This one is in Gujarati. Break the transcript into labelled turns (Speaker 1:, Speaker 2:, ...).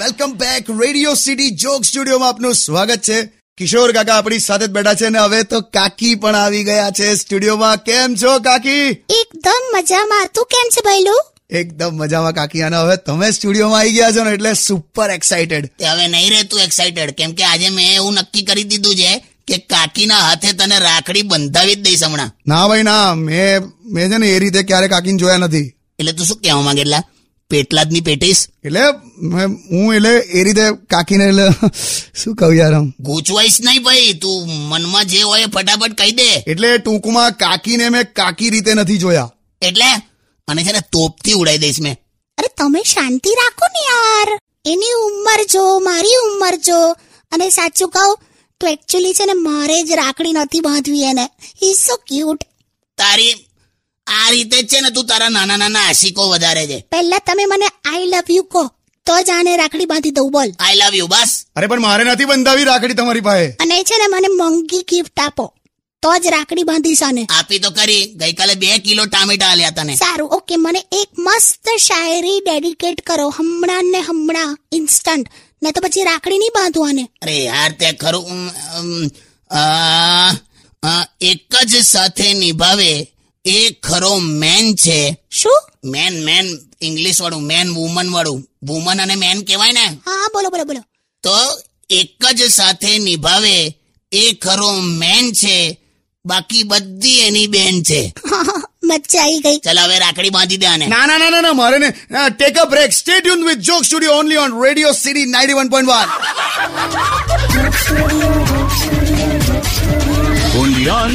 Speaker 1: welcome back radio city joke સ્ટુડિયોમાં આપનું સ્વાગત છે કિશોર કાકા આપણી સાથે જ બેઠા છે અને હવે તો કાકી પણ આવી ગયા છે સ્ટુડિયોમાં કેમ છો કાકી
Speaker 2: એકદમ મજામાં તું કેમ છે ભૈલું
Speaker 1: એકદમ મજામાં કાકી અને હવે તમે સ્ટુડિયોમાં આવી ગયા છો ને એટલે સુપર એક્સાઇટેડ
Speaker 3: તે હવે નહીં રહેતું એક્સાઇટેડ કેમ કે આજે મેં એવું નક્કી કરી દીધું છે કે કાકીના હાથે તને રાખડી બંધાવી જ દઈશ હમણાં
Speaker 1: ના ભાઈ ના મેં મેં છે ને એ રીતે ક્યારે કાકીને જોયા નથી
Speaker 3: એટલે તું શું કહેવા માંગે એટલા પેટલાદની પેટીસ
Speaker 1: એટલે મેં- હું એટલે એ રીતે કાકીને એટલે શું કહું યાર આમ
Speaker 3: ગૂંચવાઈશ નહીં ભાઈ તું મનમાં જે હોય એ ફટાફટ કહી દે
Speaker 1: એટલે ટૂંકમાં કાકીને મેં કાકી રીતે નથી જોયા
Speaker 3: એટલે અને છે ને તોપથી ઉડાઈ દઈશ મેં
Speaker 2: અરે તમે શાંતિ રાખો ને યાર એની ઉંમર જો મારી ઉંમર જો અને સાચું કહું તો એકચ્યુઅલી છે ને મારે જ રાખડી નથી બાંધવી એને હી સો ક્યુટ
Speaker 3: તારી આ રીતે જ છે ને તું તારા નાના નાના આશિકો વધારે છે
Speaker 2: પહેલા તમે મને આઈ લવ યુ કહો તો જ આને રાખડી બાંધી દઉં બોલ
Speaker 3: આઈ લવ યુ બસ
Speaker 1: અરે પણ મારે નથી બંધાવી રાખડી તમારી પાસે
Speaker 2: અને છે ને મને મોંઘી ગિફ્ટ આપો તો જ રાખડી બાંધીશ આને
Speaker 3: આપી તો કરી ગઈકાલે બે કિલો ટામેટા આલ્યા તને
Speaker 2: સારું ઓકે મને એક મસ્ત શાયરી ડેડિકેટ કરો હમણાં ને હમણાં ઇન્સ્ટન્ટ નહીં તો પછી રાખડી નહીં બાંધું આને
Speaker 3: અરે યાર તે ખરું ઉમ, ઉમ, આ, આ, એક જ સાથે નિભાવે એ ખરો મેન છે
Speaker 2: શું
Speaker 3: મેન મેન ઇંગ્લિશ વાળું મેન વુમન વાળું વુમન અને મેન કહેવાય ને
Speaker 2: હા હા, બોલો બોલો બોલો
Speaker 3: તો એક જ સાથે નિભાવે એ ખરો મેન છે બાકી બધી એની બેન છે
Speaker 2: મજા આવી ગઈ
Speaker 3: ચાલ હવે રાખડી બાંધી દે આને
Speaker 1: ના ના ના ના ના મારે ને take a break stay tune with joke studio only on radio city 91.1
Speaker 4: only on